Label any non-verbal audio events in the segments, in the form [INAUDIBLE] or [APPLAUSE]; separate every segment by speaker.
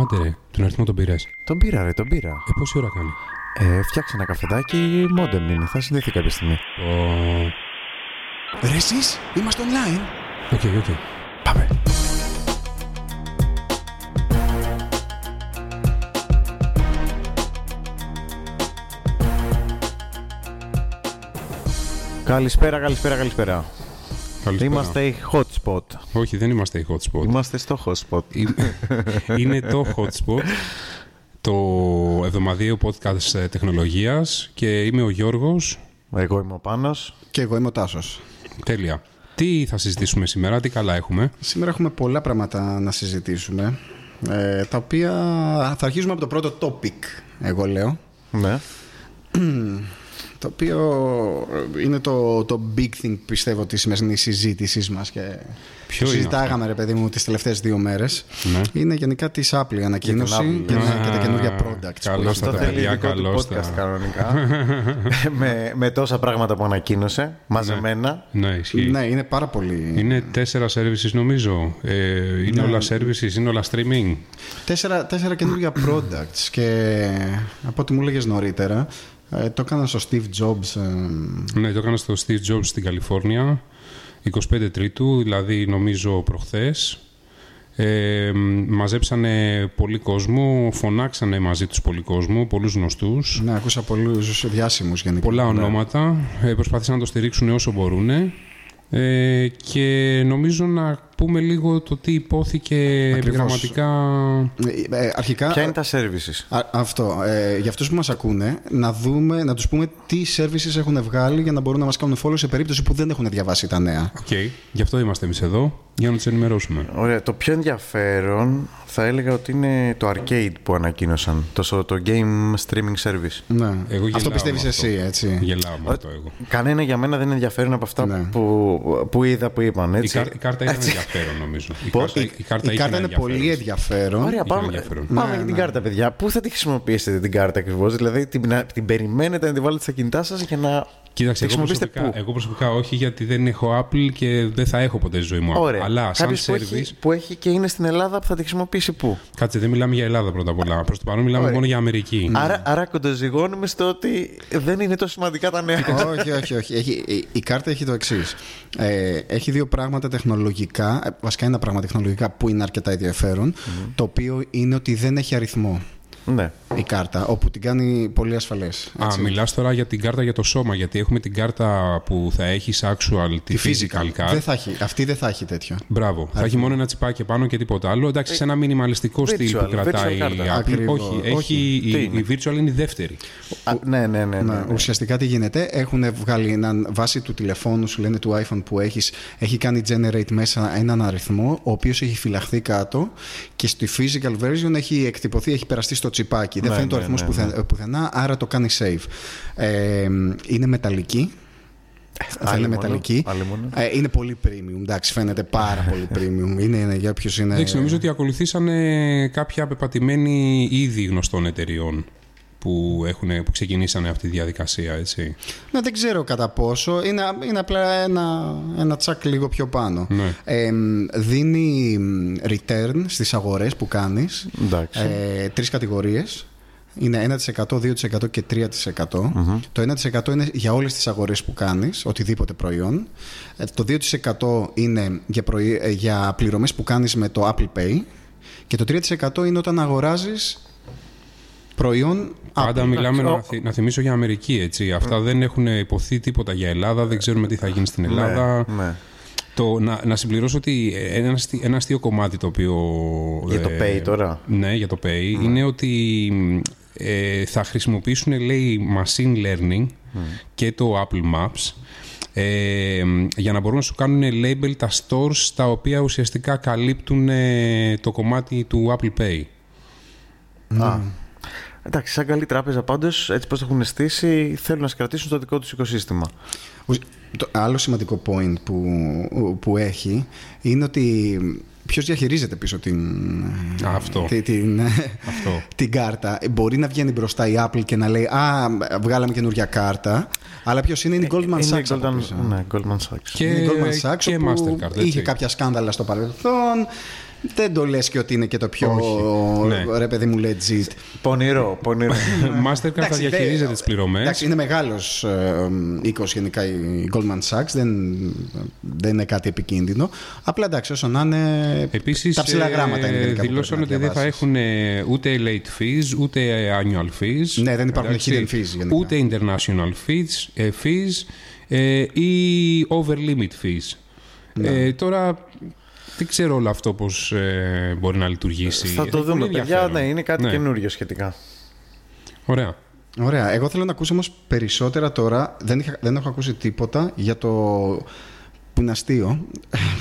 Speaker 1: Άντε ρε, τον αριθμό τον πήρες.
Speaker 2: Τον πήρα, ρε, τον πήρα.
Speaker 1: Ε, πόση ώρα κάνει.
Speaker 2: Ε, φτιάξε ένα καφεδάκι, μόντεμ είναι. Θα συνδεθεί κάποια στιγμή.
Speaker 1: Ω,
Speaker 2: Ρε, εσείς, είμαστε online.
Speaker 1: Οκ, οκ.
Speaker 2: Πάμε. Καλησπέρα, καλησπέρα, καλησπέρα.
Speaker 1: Καλησπέρα.
Speaker 2: Είμαστε η hotspot.
Speaker 1: Όχι, δεν είμαστε η hot spot.
Speaker 2: Είμαστε στο hotspot.
Speaker 1: Ε, Είναι το hot spot, το εβδομαδιαίο podcast ε, τεχνολογίας και είμαι ο Γιώργος.
Speaker 2: Εγώ είμαι ο Πάνος.
Speaker 3: Και εγώ είμαι ο Τάσος.
Speaker 1: Τέλεια. Τι θα συζητήσουμε σήμερα, τι καλά έχουμε.
Speaker 3: Σήμερα έχουμε πολλά πράγματα να συζητήσουμε. ε, τα οποία θα αρχίσουμε από το πρώτο topic, εγώ λέω.
Speaker 2: Ναι.
Speaker 3: Το οποίο είναι το, το big thing, πιστεύω, της σημερινής συζήτησής μας. Και
Speaker 1: Ποιο είναι
Speaker 3: συζητάγαμε, ρε παιδί μου, τις τελευταίες δύο μέρες.
Speaker 1: Ναι.
Speaker 3: Είναι γενικά της Apple η ανακοίνωση
Speaker 2: Για
Speaker 3: και,
Speaker 2: την Apple.
Speaker 3: τα- και τα καινούργια
Speaker 1: Α,
Speaker 3: products.
Speaker 1: καλό
Speaker 3: που έχει.
Speaker 1: στα
Speaker 2: Αυτό
Speaker 1: τα
Speaker 2: θέλει
Speaker 1: παιδιά,
Speaker 2: ειδικό του
Speaker 1: καλώς τα-
Speaker 2: podcast
Speaker 1: [LAUGHS]
Speaker 2: κανονικά. με, με τόσα πράγματα που ανακοίνωσε, μαζεμένα.
Speaker 1: Ναι, ισχύει.
Speaker 3: Ναι, είναι πάρα πολύ.
Speaker 1: Είναι τέσσερα services νομίζω. Ε, είναι όλα services, είναι όλα streaming.
Speaker 3: Τέσσερα, τέσσερα
Speaker 1: [CLEARS THROAT]
Speaker 3: καινούργια products και από ό,τι μου λέγες νωρίτερα, ε, το έκανα στο Steve Jobs. ε,
Speaker 1: Ναι, το έκανα στο Steve Jobs στην Καλιφόρνια, 25 Τρίτου, δηλαδή νομίζω προχθές. Ε, μ, μαζέψανε πολύ κόσμο, φωνάξανε μαζί τους πολύ κόσμο, πολλούς γνωστούς,
Speaker 3: Ναι, ακούσα πολλούς διάσημους γενικά. Ναι.
Speaker 1: πολλά ονόματα, ε, προσπάθησαν να το στηρίξουν όσο μπορούν. Ε, και νομίζω να πούμε λίγο το τι υπόθηκε επιγραμματικά.
Speaker 3: Ε, ε, αρχικά,
Speaker 2: Ποια είναι τα services.
Speaker 3: α- αυτό. Ε, για αυτούς που μας ακούνε, να, δούμε, να τους πούμε τι services έχουν βγάλει για να μπορούν να μας κάνουν follow σε περίπτωση που δεν έχουν διαβάσει τα νέα.
Speaker 1: Okay. Γι' αυτό είμαστε εμείς εδώ, για να τους ενημερώσουμε.
Speaker 2: Ωραία, το πιο ενδιαφέρον θα έλεγα ότι είναι το arcade που ανακοίνωσαν. Το, το game streaming service.
Speaker 3: Ναι.
Speaker 1: γελάω
Speaker 3: αυτό
Speaker 1: με
Speaker 3: πιστεύει
Speaker 1: αυτό.
Speaker 3: εσύ, έτσι.
Speaker 1: Γελάω με αυτό εγώ.
Speaker 2: Κανένα για μένα δεν είναι ενδιαφέρον από αυτά
Speaker 3: Ναι.
Speaker 2: που, που είδα που είπαν.
Speaker 1: Η,
Speaker 2: Έτσι.
Speaker 1: κάρ- η κάρτα έχει ένα ενδιαφέρον νομίζω. Η
Speaker 2: Πώς?
Speaker 1: κάρτα, η κάρτα,
Speaker 3: Η
Speaker 1: έχει
Speaker 3: κάρτα
Speaker 1: ένα
Speaker 3: είναι πολύ
Speaker 1: ενδιαφέρον.
Speaker 3: ενδιαφέρον.
Speaker 2: Ωραία,
Speaker 1: Είχε
Speaker 2: πάμε,
Speaker 1: ενδιαφέρον.
Speaker 2: πάμε για την κάρτα, παιδιά. Πού θα τη χρησιμοποιήσετε την κάρτα ακριβώς, Δηλαδή την, να- την περιμένετε να τη βάλετε στα κινητά σας για να
Speaker 1: Κοίταξε,
Speaker 2: τη
Speaker 1: εγώ
Speaker 2: χρησιμοποιήσετε
Speaker 1: προσωπικά,
Speaker 2: πού.
Speaker 1: εγώ προσωπικά όχι γιατί δεν έχω Apple και δεν θα έχω ποτέ στη ζωή μου Apple.
Speaker 2: Ωραία.
Speaker 1: Αλλά σαν
Speaker 2: Κάποιος
Speaker 1: service,
Speaker 2: που, έχει, που έχει και είναι στην Ελλάδα που θα τη χρησιμοποιήσει πού.
Speaker 1: κάτσε δεν μιλάμε για Ελλάδα πρώτα απ' όλα. Προς το παρόν μιλάμε μόνο για Αμερική.
Speaker 2: Άρα, άρα κοντοζυγώνουμε στο ότι δεν είναι τόσο σημαντικά τα νέα.
Speaker 3: όχι, όχι, όχι. Έχει, η, η κάρτα έχει το εξής. Ε, έχει δύο πράγματα τεχνολογικά. ε, Βασικά ένα πράγμα τεχνολογικά που είναι αρκετά ενδιαφέρον, Το οποίο είναι ότι δεν έχει αριθμό
Speaker 2: ναι.
Speaker 3: η κάρτα, όπου την κάνει πολύ ασφαλές.
Speaker 1: Α, μιλάς τώρα για την κάρτα για το σώμα, γιατί έχουμε την κάρτα που θα έχεις actual, τη, physical card.
Speaker 3: Δεν θα έχει. Αυτή δεν θα έχει τέτοιο.
Speaker 1: Μπράβο. Θα έχει μόνο ένα τσιπάκι πάνω και τίποτα άλλο. Εντάξει, σε ένα μινιμαλιστικό στυλ
Speaker 2: Ε, virtual,
Speaker 1: που κρατάει η
Speaker 2: virtual κάρτα.
Speaker 1: Apple.
Speaker 3: Ακριβώς.
Speaker 1: Όχι,
Speaker 2: Όχι.
Speaker 1: έχει,
Speaker 2: Τι
Speaker 1: η,
Speaker 2: είναι?
Speaker 1: η virtual είναι η δεύτερη.
Speaker 2: Α, ναι, ναι, ναι. ναι.
Speaker 3: Να, ουσιαστικά τι γίνεται, έχουν βγάλει έναν βάση του τηλεφώνου σου, λένε του iPhone που έχεις, έχει κάνει generate μέσα έναν αριθμό, ο οποίος έχει φυλαχθεί κάτω και στη physical version έχει εκτυπωθεί, έχει περαστεί στο τσιπάκι. Δεν
Speaker 2: Ναι,
Speaker 3: φαίνεται ο
Speaker 2: ναι,
Speaker 3: αριθμός
Speaker 2: ναι,
Speaker 3: πουθεν- πουθενά, άρα το κάνει save. Ε, είναι μεταλλική. Θα
Speaker 2: Άλλη
Speaker 3: είναι
Speaker 2: μόνο,
Speaker 3: μεταλλική.
Speaker 2: άλλη μόνο.
Speaker 3: Ε, είναι πολύ premium, εντάξει, φαίνεται
Speaker 2: [LAUGHS]
Speaker 3: πάρα πολύ premium. Είναι, είναι για ποιους
Speaker 2: Ναι,
Speaker 3: είναι.
Speaker 1: Εντάξει, νομίζω ότι ακολουθήσανε κάποια πεπατημένη ήδη γνωστών εταιριών που, έχουν, που ξεκινήσανε αυτή τη διαδικασία, έτσι.
Speaker 3: Ναι, δεν ξέρω κατά πόσο. Είναι, είναι απλά ένα, ένα τσακ λίγο πιο πάνω.
Speaker 1: Ναι.
Speaker 3: Ε, μ, δίνει μ, return στις αγορές που κάνεις.
Speaker 2: Εντάξει.
Speaker 3: Ε, τρεις κατηγορίες. Είναι 1%, 2% και 3%. Το 1% είναι για όλες τις αγορές που κάνεις, οτιδήποτε προϊόν. Ε, Το 2% είναι για, προϊ... ε, για πληρωμές που κάνεις με το Apple Pay. Και το 3% είναι όταν αγοράζεις προϊόν Apple.
Speaker 1: Πάντα μιλάμε,
Speaker 2: ο-
Speaker 1: να, θυ- να θυμίσω για Αμερική, έτσι. Αυτά δεν έχουν υποθεί τίποτα για Ελλάδα, δεν ξέρουμε τι θα γίνει στην Ελλάδα.
Speaker 2: ναι.
Speaker 1: Το, να, να συμπληρώσω ότι ένα, αστι- ένα αστείο κομμάτι το οποίο... Ε,
Speaker 2: Για το Pay τώρα.
Speaker 1: Ναι, για το Pay. Είναι ότι ε, θα χρησιμοποιήσουν, λέει, machine learning
Speaker 3: Ναι.
Speaker 1: και το Apple Maps ε, για να μπορούν να σου κάνουν label τα stores τα οποία ουσιαστικά καλύπτουν ε, το κομμάτι του Apple Pay.
Speaker 3: ναι.
Speaker 2: Α. Εντάξει, σαν καλή τράπεζα πάντως, έτσι πώ το έχουν στήσει, θέλουν να κρατήσουν το δικό τους οικοσύστημα.
Speaker 3: Ουσ- Το άλλο σημαντικό point που, που έχει είναι ότι Ποιος διαχειρίζεται πίσω την,
Speaker 1: Αυτό.
Speaker 3: την, την,
Speaker 1: Αυτό.
Speaker 3: [LAUGHS] την κάρτα. Ε, Μπορεί να βγαίνει μπροστά η Apple και να λέει Α, βγάλαμε καινούργια κάρτα. Αλλά ποιος είναι,
Speaker 1: Ε,
Speaker 3: είναι η Goldman
Speaker 2: Είναι
Speaker 3: Sachs. από
Speaker 2: Goldman-
Speaker 3: πίσω.
Speaker 2: Ναι, Goldman Sachs.
Speaker 1: Και,
Speaker 3: είναι η Goldman Sachs
Speaker 1: και
Speaker 3: όπου
Speaker 1: Mastercard.
Speaker 3: είχε
Speaker 1: έτσι.
Speaker 3: κάποια σκάνδαλα στο παρελθόν. Δεν το λες και ότι είναι και το πιο
Speaker 1: Όχι, ναι.
Speaker 3: ρε παιδί μου legit.
Speaker 2: Πονηρό,
Speaker 3: [LAUGHS]
Speaker 2: πονηρό.
Speaker 1: Mastercard θα
Speaker 3: Εντάξει,
Speaker 1: διαχειρίζεται
Speaker 3: δεν-
Speaker 1: τις πληρωμές.
Speaker 3: Εντάξει, είναι μεγάλος οίκος γενικά η Goldman Sachs. Δεν, δεν είναι κάτι επικίνδυνο. Απλά εντάξει, όσο να είναι.
Speaker 1: Επίσης,
Speaker 3: τα ψηλά
Speaker 1: ε,
Speaker 3: γράμματα είναι γενικά. που
Speaker 1: δηλώσαν
Speaker 3: πρέπει
Speaker 1: ότι
Speaker 3: να
Speaker 1: δεν θα
Speaker 3: διαβάσεις.
Speaker 1: έχουν ε, ούτε late fees, ούτε annual fees.
Speaker 3: Ναι, δεν υπάρχουν hidden fees γενικά.
Speaker 1: Ούτε international fees, ε, fees ε, ή over limit fees.
Speaker 3: Ναι.
Speaker 1: Ε, τώρα δεν ξέρω όλο αυτό πώς ε, μπορεί να λειτουργήσει.
Speaker 2: Θα το
Speaker 1: Έχει
Speaker 2: δούμε,
Speaker 1: πολύ
Speaker 2: παιδιά. Ναι,
Speaker 1: ενδιαφέρον.
Speaker 2: είναι κάτι
Speaker 1: Ναι.
Speaker 2: καινούριο σχετικά.
Speaker 1: Ωραία.
Speaker 3: Ωραία. Εγώ θέλω να ακούσω όμως περισσότερα τώρα. Δεν, είχα, δεν έχω ακούσει τίποτα για το. που είναι αστείο.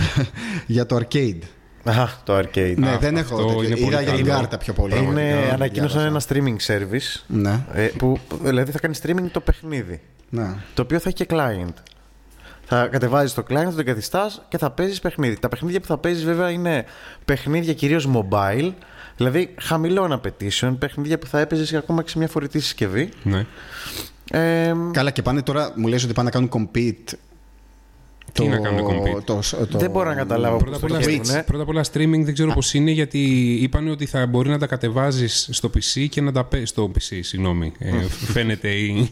Speaker 3: [LAUGHS] για το arcade.
Speaker 2: Αχ, το arcade.
Speaker 3: ναι,
Speaker 1: Α,
Speaker 3: δεν
Speaker 1: αυτό
Speaker 3: έχω. τέτοιο.
Speaker 1: είναι πολύ
Speaker 3: Είδα για την
Speaker 1: καλό.
Speaker 3: κάρτα πιο πολύ.
Speaker 2: Είναι,
Speaker 3: Πραγματικά,
Speaker 2: ανακοίνωσαν ένα
Speaker 3: διάβασα.
Speaker 2: streaming service
Speaker 3: Ναι,
Speaker 2: ε, που δηλαδή θα κάνει streaming το παιχνίδι.
Speaker 3: ναι.
Speaker 2: Το οποίο θα έχει και client. Θα κατεβάζεις το client, θα το εγκαθιστά και θα παίζεις παιχνίδι. Τα παιχνίδια που θα παίζεις βέβαια είναι παιχνίδια κυρίως mobile, δηλαδή χαμηλών απαιτήσεων, παιχνίδια που θα έπαιζες ακόμα και σε μια φορητή συσκευή.
Speaker 1: Ναι.
Speaker 2: Ε,
Speaker 3: Καλά, και πάνε τώρα, μου λες ότι πάνε να κάνουν compete.
Speaker 1: Τι να κάνουν compete?
Speaker 3: Το, το-
Speaker 2: Δεν μπορώ να καταλάβω
Speaker 1: Πρώτα
Speaker 2: πώς
Speaker 1: απ'
Speaker 2: το
Speaker 1: όλα, ναι.
Speaker 2: σκέφτουνε.
Speaker 1: πρώτα απ' όλα streaming δεν ξέρω πώς είναι γιατί είπαν ότι θα μπορεί να τα κατεβάζεις στο PC και να τα παί... στο PC, συγγνώμη, ε, φαίνεται η...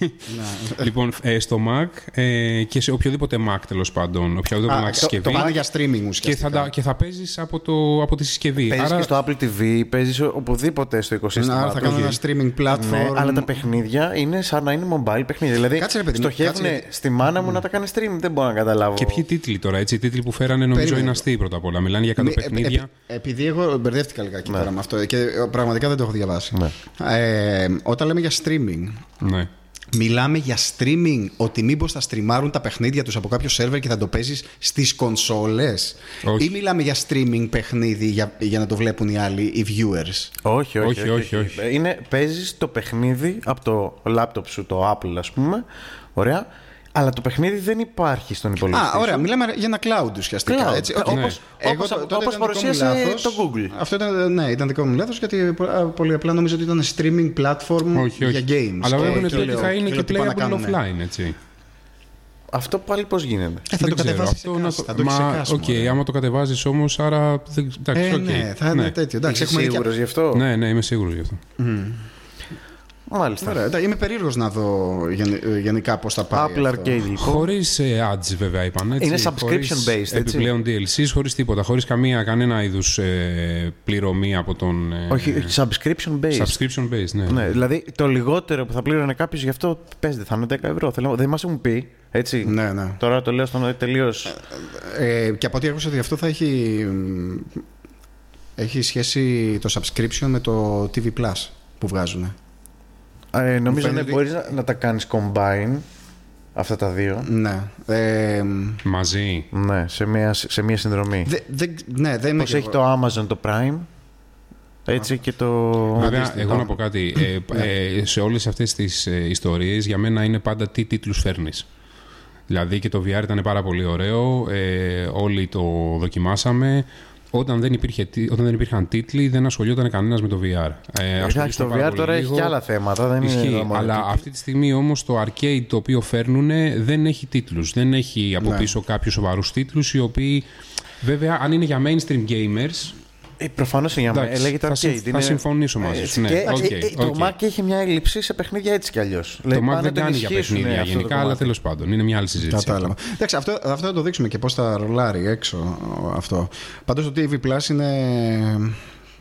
Speaker 1: λοιπόν, ε, στο Mac ε, και σε οποιοδήποτε Mac τέλος πάντων, οποιαδήποτε Mac
Speaker 3: Α, το, το
Speaker 1: συσκευή
Speaker 3: πάνε για streaming
Speaker 1: και, θα,
Speaker 3: ουσιαστικά.
Speaker 1: τα- και θα παίζεις από, το, από τη συσκευή.
Speaker 2: Παίζεις
Speaker 1: Άρα
Speaker 2: και στο Apple TV, παίζεις οπουδήποτε στο οικοσύστημα.
Speaker 3: Άρα θα
Speaker 2: του.
Speaker 3: κάνουν ένα streaming platform.
Speaker 2: Ναι, αλλά τα παιχνίδια είναι σαν να είναι mobile παιχνίδια. Δηλαδή,
Speaker 3: Κάτσε, ρε παιδί μου,
Speaker 2: στοχεύουν
Speaker 3: κάτσε, γιατί-
Speaker 2: στη μάνα μου να τα κάνει stream. Δεν μπορώ να καταλάβω.
Speaker 1: Και ποιοι τίτλοι τώρα, έτσι. Οι τίτλοι που φέρανε νομίζω
Speaker 3: Περίμενε. Ε,
Speaker 1: είναι αστείοι πρώτα απ' όλα. Μιλάνε για κάτω
Speaker 3: Μη-
Speaker 1: παιχνίδια.
Speaker 3: επει- επειδή εγώ μπερδεύτηκα λίγα
Speaker 1: Ναι.
Speaker 3: εκεί τώρα με αυτό και ε, πραγματικά δεν το έχω διαβάσει.
Speaker 2: Ναι.
Speaker 3: Ε, όταν λέμε για streaming,
Speaker 1: Ναι.
Speaker 3: μιλάμε για streaming ότι μήπως θα στριμάρουν τα παιχνίδια τους από κάποιο σερβερ και θα το παίζεις στις κονσόλες.
Speaker 1: Όχι.
Speaker 3: Ή μιλάμε για streaming παιχνίδι για, για να το βλέπουν οι άλλοι, οι viewers.
Speaker 2: Όχι, όχι,
Speaker 1: Όχι,
Speaker 2: όχι.
Speaker 1: όχι, όχι.
Speaker 2: Είναι, παίζεις το παιχνίδι από το λάπτοπ σου, το Apple ας πούμε, ωραία, αλλά το παιχνίδι δεν υπάρχει στον υπολογιστή
Speaker 3: Α, ωραία,
Speaker 2: σου.
Speaker 3: μιλάμε για ένα cloud ουσιαστικά.
Speaker 2: Cloud,
Speaker 1: Ναι.
Speaker 3: έτσι,
Speaker 2: κα-
Speaker 3: οκ.
Speaker 2: όπως- όπως-
Speaker 3: το- τότε
Speaker 2: όπως
Speaker 3: ήταν δικό μου
Speaker 2: παρουσίασε
Speaker 3: λάθος.
Speaker 2: το Google.
Speaker 3: Αυτό ήταν, ναι, ήταν δικό μου λάθος γιατί α, πολύ απλά νομίζω ότι ήταν streaming platform
Speaker 1: Όχι, όχι.
Speaker 3: για games.
Speaker 1: Αλλά
Speaker 3: Και-
Speaker 1: βέβαια
Speaker 3: και
Speaker 1: ότι
Speaker 3: λέω-
Speaker 1: θα είναι και
Speaker 3: λέω τι πάνε να
Speaker 1: playable
Speaker 3: κάνουνε.
Speaker 1: offline, έτσι.
Speaker 2: Αυτό πάλι πώς γίνεται.
Speaker 3: Ε, θα
Speaker 1: Δεν
Speaker 3: το
Speaker 1: ξέρω,
Speaker 3: κατεβάσει.
Speaker 1: αυτό να-
Speaker 3: Θα το
Speaker 1: Μα,
Speaker 3: έχει
Speaker 1: οκ, άμα το κατεβάζεις όμως, άρα. δεν- Εντάξει,
Speaker 3: Ε,
Speaker 1: οκ.
Speaker 3: ναι, θα είναι τέτοιο.
Speaker 2: Είσαι
Speaker 3: Εντάξει, έχουμε δει και-
Speaker 2: σίγουρος γι' αυτό.
Speaker 1: Ναι, ναι, είμαι σίγουρος γι' αυτό.
Speaker 2: Μάλιστα.
Speaker 3: Ωραία, εντάξει, είμαι περίεργος να δω γεν- ε, γενικά πώς θα πάει.
Speaker 2: Apple
Speaker 3: αυτό.
Speaker 2: Arcade λοιπόν.
Speaker 1: Χωρίς ε, ads, βέβαια, είπαν. Έτσι,
Speaker 2: Είναι
Speaker 1: Χωρίς
Speaker 2: subscription-based, έτσι.
Speaker 1: Επιπλέον DLCs, χωρίς τίποτα. Χωρίς καμία, κανένα είδους ε, πληρωμή από τον. ε,
Speaker 2: Όχι, όχι, subscription based.
Speaker 1: Subscription-based, ναι.
Speaker 2: Ναι, δηλαδή το λιγότερο που θα πλήρωνε κάποιος γι' αυτό πες δεν θα είναι 10 ευρώ. Θέλω, δεν μας έχουν πει. Έτσι.
Speaker 3: Ναι, ναι.
Speaker 2: Τώρα το λέω στον τελείως.
Speaker 3: Ε, και από ό,τι άκουσα ότι αυτό θα έχει. μ, Έχει σχέση το subscription με το TV Plus που βγάζουν.
Speaker 2: Ε, νομίζω
Speaker 3: Μου
Speaker 2: ότι
Speaker 3: φαίνεται-
Speaker 2: μπορείς να, να τα κάνεις combine αυτά τα δύο.
Speaker 3: Ναι. Ε, μ,
Speaker 1: Μαζί.
Speaker 2: Ναι, σε μια, σε μια συνδρομή.
Speaker 3: δε- δεν- ναι, δεν είμαι
Speaker 2: Πώς
Speaker 3: και
Speaker 2: έχει
Speaker 3: εγώ.
Speaker 2: το Amazon το Prime, έτσι και το...
Speaker 1: Βέβαια, εγώ να πω κάτι. Ε, ε, σε όλες αυτές τις ιστορίε, ε, για μένα είναι πάντα τι τίτλους φέρνεις. Δηλαδή και το VR ήταν πάρα πολύ ωραίο. Ε, όλοι το δοκιμάσαμε. Όταν δεν, υπήρχε, τι- όταν δεν υπήρχαν τίτλοι, δεν ασχολιόταν κανένας με το VR. Ε,
Speaker 2: Εντάξει,
Speaker 1: ασχολήθηκαν
Speaker 2: το
Speaker 1: πάρα
Speaker 2: VR
Speaker 1: πολύ
Speaker 2: τώρα έχει
Speaker 1: λίγο.
Speaker 2: και άλλα θέματα, δεν είναι
Speaker 1: Ισχύει,
Speaker 2: εδώ μόνο
Speaker 1: αλλά
Speaker 2: τίτλοι.
Speaker 1: αυτή τη στιγμή όμως το arcade το οποίο φέρνουν δεν έχει τίτλους. Δεν έχει από
Speaker 3: Ναι.
Speaker 1: πίσω κάποιους σοβαρούς τίτλους οι οποίοι βέβαια αν είναι για mainstream gamers
Speaker 2: Ε, προφανώς είναι για μένα,
Speaker 1: εντάξει,
Speaker 2: λέγεται
Speaker 1: θα,
Speaker 2: arcade.
Speaker 1: συμ- θα
Speaker 2: είναι-
Speaker 1: συμφωνήσω μαζί
Speaker 2: Έτσι,
Speaker 1: σου. Ναι,
Speaker 2: και-
Speaker 1: οκ,
Speaker 2: ε, ε, Το
Speaker 1: οκ.
Speaker 2: Mac έχει μια έλλειψη σε παιχνίδια έτσι κι αλλιώς.
Speaker 1: Το
Speaker 2: Δηλαδή,
Speaker 1: Mac
Speaker 2: πάνε
Speaker 1: δεν
Speaker 2: να το
Speaker 1: κάνει για
Speaker 2: ενισχύσουν, ναι,
Speaker 1: παιχνίδια
Speaker 2: αυτό το
Speaker 1: γενικά, αλλά
Speaker 2: κομμάτι.
Speaker 1: τέλος πάντων είναι μια άλλη συζήτηση.
Speaker 3: Κατάλαβα. Εντάξει, αυτό, αυτό θα το δείξουμε και πώς θα ρολάρει έξω αυτό. Πάντως το TV Plus είναι.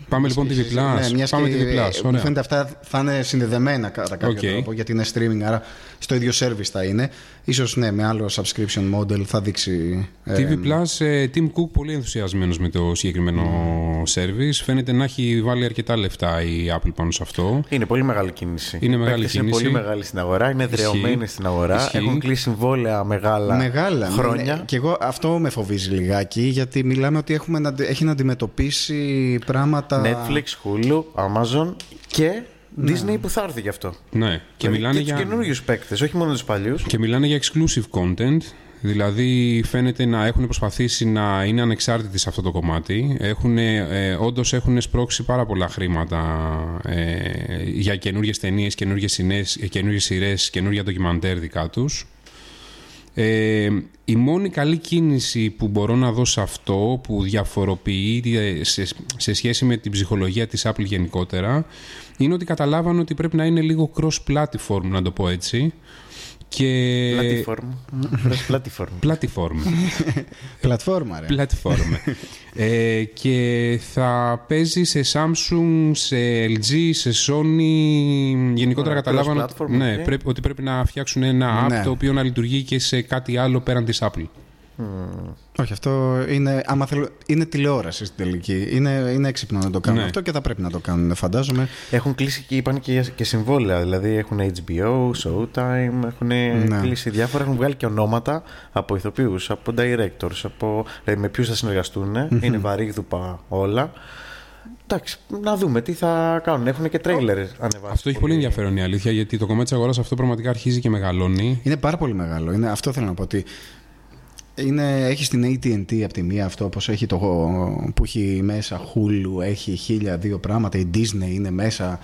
Speaker 1: Πάμε λοιπόν TV Plus.
Speaker 3: Ναι, μιας
Speaker 1: Πάμε
Speaker 3: και,
Speaker 1: TV Plus,
Speaker 3: ε, Μου
Speaker 1: ωραία.
Speaker 3: φαίνεται αυτά θα είναι συνδεδεμένα κατά κάποιο
Speaker 1: Οκ.
Speaker 3: τρόπο γιατί είναι streaming, άρα στο ίδιο service θα είναι. Ίσως ναι, με άλλο subscription model θα δείξει. ε,
Speaker 1: TV Plus, ε, Tim Cook πολύ ενθουσιασμένος με το συγκεκριμένο
Speaker 3: Ναι.
Speaker 1: service. Φαίνεται να έχει βάλει αρκετά λεφτά η Apple πάνω σε αυτό.
Speaker 2: Είναι πολύ μεγάλη κίνηση.
Speaker 1: Είναι
Speaker 2: Οι
Speaker 1: μεγάλη
Speaker 2: παίκτες Είναι
Speaker 1: κίνηση.
Speaker 2: πολύ μεγάλη στην αγορά, είναι δρεωμένοι στην αγορά,
Speaker 1: Ισχύει.
Speaker 2: έχουν κλείσει συμβόλαια μεγάλα,
Speaker 3: Μεγάλα.
Speaker 2: χρόνια.
Speaker 3: Ναι, Και εγώ αυτό με φοβίζει λιγάκι, γιατί μιλάμε ότι έχουμε, να- έχει να αντιμετωπίσει πράγματα.
Speaker 2: Netflix, Hulu, Amazon και Disney που θα έρθει γι' αυτό.
Speaker 1: Ναι, και
Speaker 2: Δηλαδή
Speaker 1: μιλάνε
Speaker 2: και
Speaker 1: για...
Speaker 2: του καινούριους παίκτες, όχι μόνο τους παλιούς.
Speaker 1: Και μιλάνε για exclusive content, Δηλαδή φαίνεται να έχουν προσπαθήσει να είναι ανεξάρτητοι σε αυτό το κομμάτι. Έχουν, ε, όντως έχουν σπρώξει πάρα πολλά χρήματα ε, για καινούργιες ταινίες, καινούργιες, σινές, ε, καινούργιες σειρές, καινούργια ντοκιμαντέρ δικά τους. Ε, η μόνη καλή κίνηση που μπορώ να δω σε αυτό που διαφοροποιεί ε, σε, σε σχέση με την ψυχολογία της Apple γενικότερα είναι ότι καταλάβανε ότι πρέπει να είναι λίγο cross-platform να το πω έτσι και...
Speaker 2: Πλατφόρμα. Πλατφόρμα.
Speaker 1: Platform.
Speaker 3: Πλατφόρμα, ρε.
Speaker 1: Platform. ε, και θα παίζει σε Samsung, σε LG, σε Sony. Γενικότερα
Speaker 2: Ωραία,
Speaker 1: καταλάβανε
Speaker 2: cross-platform,
Speaker 1: ότι, ναι,
Speaker 2: okay.
Speaker 1: πρέπει, ότι πρέπει να φτιάξουν ένα app
Speaker 3: Ναι.
Speaker 1: το οποίο να λειτουργεί και σε κάτι άλλο πέραν της Apple.
Speaker 3: Όχι, αυτό είναι, άμα θέλω, είναι τηλεόραση στην τελική. Είναι, είναι έξυπνο να το κάνουν
Speaker 1: Ναι.
Speaker 3: αυτό και θα πρέπει να το κάνουν, φαντάζομαι.
Speaker 2: Έχουν κλείσει και είπαν και, και συμβόλαια. Δηλαδή έχουν HBO, Showtime, έχουν
Speaker 3: Ναι.
Speaker 2: κλείσει διάφορα. Έχουν βγάλει και ονόματα από ηθοποιούς, από directors, από, δηλαδή με ποιους θα συνεργαστούν. Είναι βαρύγδουπα όλα. Εντάξει, να δούμε τι θα κάνουν. Έχουν και τρέιλερ ανεβάσει.
Speaker 1: Αυτό έχει πολύ ενδιαφέρον η αλήθεια γιατί το κομμάτι της αγοράς αυτό πραγματικά αρχίζει και μεγαλώνει.
Speaker 3: Είναι πάρα πολύ μεγάλο. Είναι, αυτό θέλω να πω ότι είναι, έχει την AT&T από τη μία αυτό όπως έχει το, που έχει μέσα Hulu, έχει χίλια δύο πράγματα, η Disney είναι μέσα.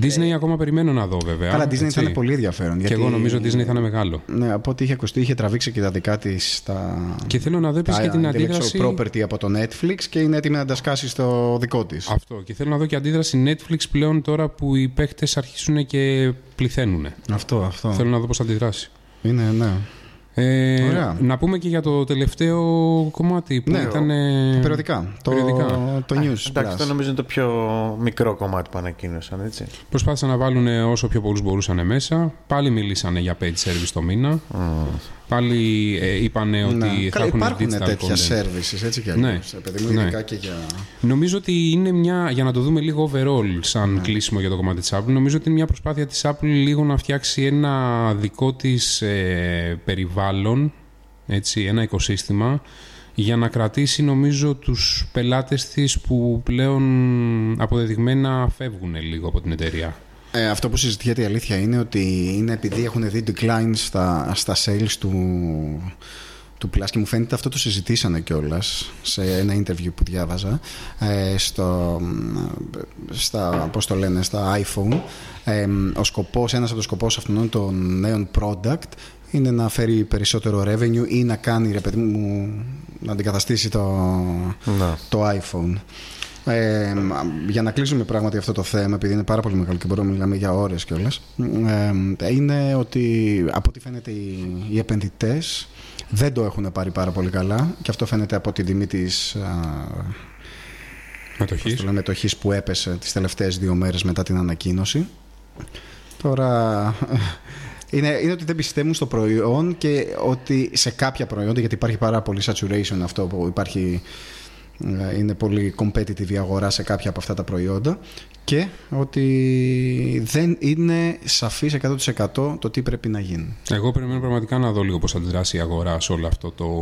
Speaker 1: Disney ακόμα περιμένω να δω βέβαια.
Speaker 3: Ε. Καλά, Disney
Speaker 1: έτσι.
Speaker 3: θα είναι πολύ ενδιαφέρον.
Speaker 1: Και εγώ νομίζω Disney θα είναι μεγάλο.
Speaker 3: Ναι, από ό,τι είχε ακουστεί, είχε τραβήξει και τα δικά της τα.
Speaker 1: Και θέλω να δω επίσης
Speaker 3: τα
Speaker 1: και την
Speaker 3: intellectual
Speaker 1: αντίδραση.
Speaker 3: property από το Netflix και είναι έτοιμη να τα σκάσει στο δικό της.
Speaker 1: Αυτό. Και θέλω να δω και αντίδραση Netflix πλέον τώρα που οι παίχτες αρχίσουν και πληθαίνουν.
Speaker 3: Αυτό, αυτό.
Speaker 1: Θέλω να δω πώς θα αντιδράσει.
Speaker 3: Είναι, ναι.
Speaker 1: Ε,
Speaker 3: Ωραία.
Speaker 1: Να πούμε και για το τελευταίο κομμάτι που
Speaker 3: Ναι,
Speaker 1: ήταν. ε,
Speaker 3: Περιοδικά. Το,
Speaker 1: περιοδικά.
Speaker 3: το News.
Speaker 2: Εντάξει,
Speaker 3: Plus.
Speaker 2: αυτό νομίζω είναι το πιο μικρό κομμάτι που ανακοίνωσαν, έτσι.
Speaker 1: Προσπάθησαν να βάλουν ε, όσο πιο πολλούς μπορούσαν μέσα. Πάλι μιλήσανε για paid service το μήνα. Πάλι ε, είπανε ότι
Speaker 3: Ναι.
Speaker 1: θα
Speaker 3: Καλά,
Speaker 1: έχουν
Speaker 3: υπάρχουν
Speaker 1: digital
Speaker 3: τέτοια
Speaker 1: content.
Speaker 3: services έτσι κι
Speaker 1: Ναι.
Speaker 3: αλλιώς. Ναι. Παιδί μου,
Speaker 1: Ναι.
Speaker 3: ειδικά και για.
Speaker 1: Νομίζω ότι είναι μια, για να το δούμε λίγο overall σαν κλείσιμο για το κομμάτι της Apple, νομίζω ότι είναι μια προσπάθεια της Apple λίγο να φτιάξει ένα δικό της ε, περιβάλλον, έτσι, ένα οικοσύστημα, για να κρατήσει νομίζω τους πελάτες της που πλέον αποδεδειγμένα φεύγουν λίγο από την εταιρεία.
Speaker 3: Ε, αυτό που συζητιέται η αλήθεια είναι ότι είναι επειδή έχουν δει decline στα, στα sales του, του Plus και μου φαίνεται αυτό το συζητήσανε κιόλας σε ένα interview που διάβαζα ε, στο, στα, πώς το λένε, στα iPhone ε, ο σκοπός, ένας από τους σκοπούς αυτών των νέων product είναι να φέρει περισσότερο revenue ή να κάνει ρε παιδί μου να αντικαταστήσει το,
Speaker 2: Ναι.
Speaker 3: το iPhone. Ε, για να κλείσουμε πράγματι αυτό το θέμα, επειδή είναι πάρα πολύ μεγάλο και μπορούμε να μιλάμε για ώρες κιόλας, ε, είναι ότι από ό,τι φαίνεται οι, οι επενδυτές δεν το έχουν πάρει πάρα πολύ καλά και αυτό φαίνεται από την τιμή της
Speaker 1: Μετοχής.
Speaker 3: μετοχής που έπεσε τις τελευταίες δύο μέρες μετά την ανακοίνωση. Τώρα. [LAUGHS] Είναι, είναι ότι δεν πιστεύουν στο προϊόν και ότι σε κάποια προϊόντα, γιατί υπάρχει πάρα πολύ saturation αυτό που υπάρχει ε, είναι πολύ competitive η αγορά σε κάποια από αυτά τα προϊόντα και ότι δεν είναι σαφής 100% το τι πρέπει να γίνει.
Speaker 1: Εγώ περιμένω πραγματικά να δω λίγο πώς θα αντιδράσει η αγορά σε όλο αυτό το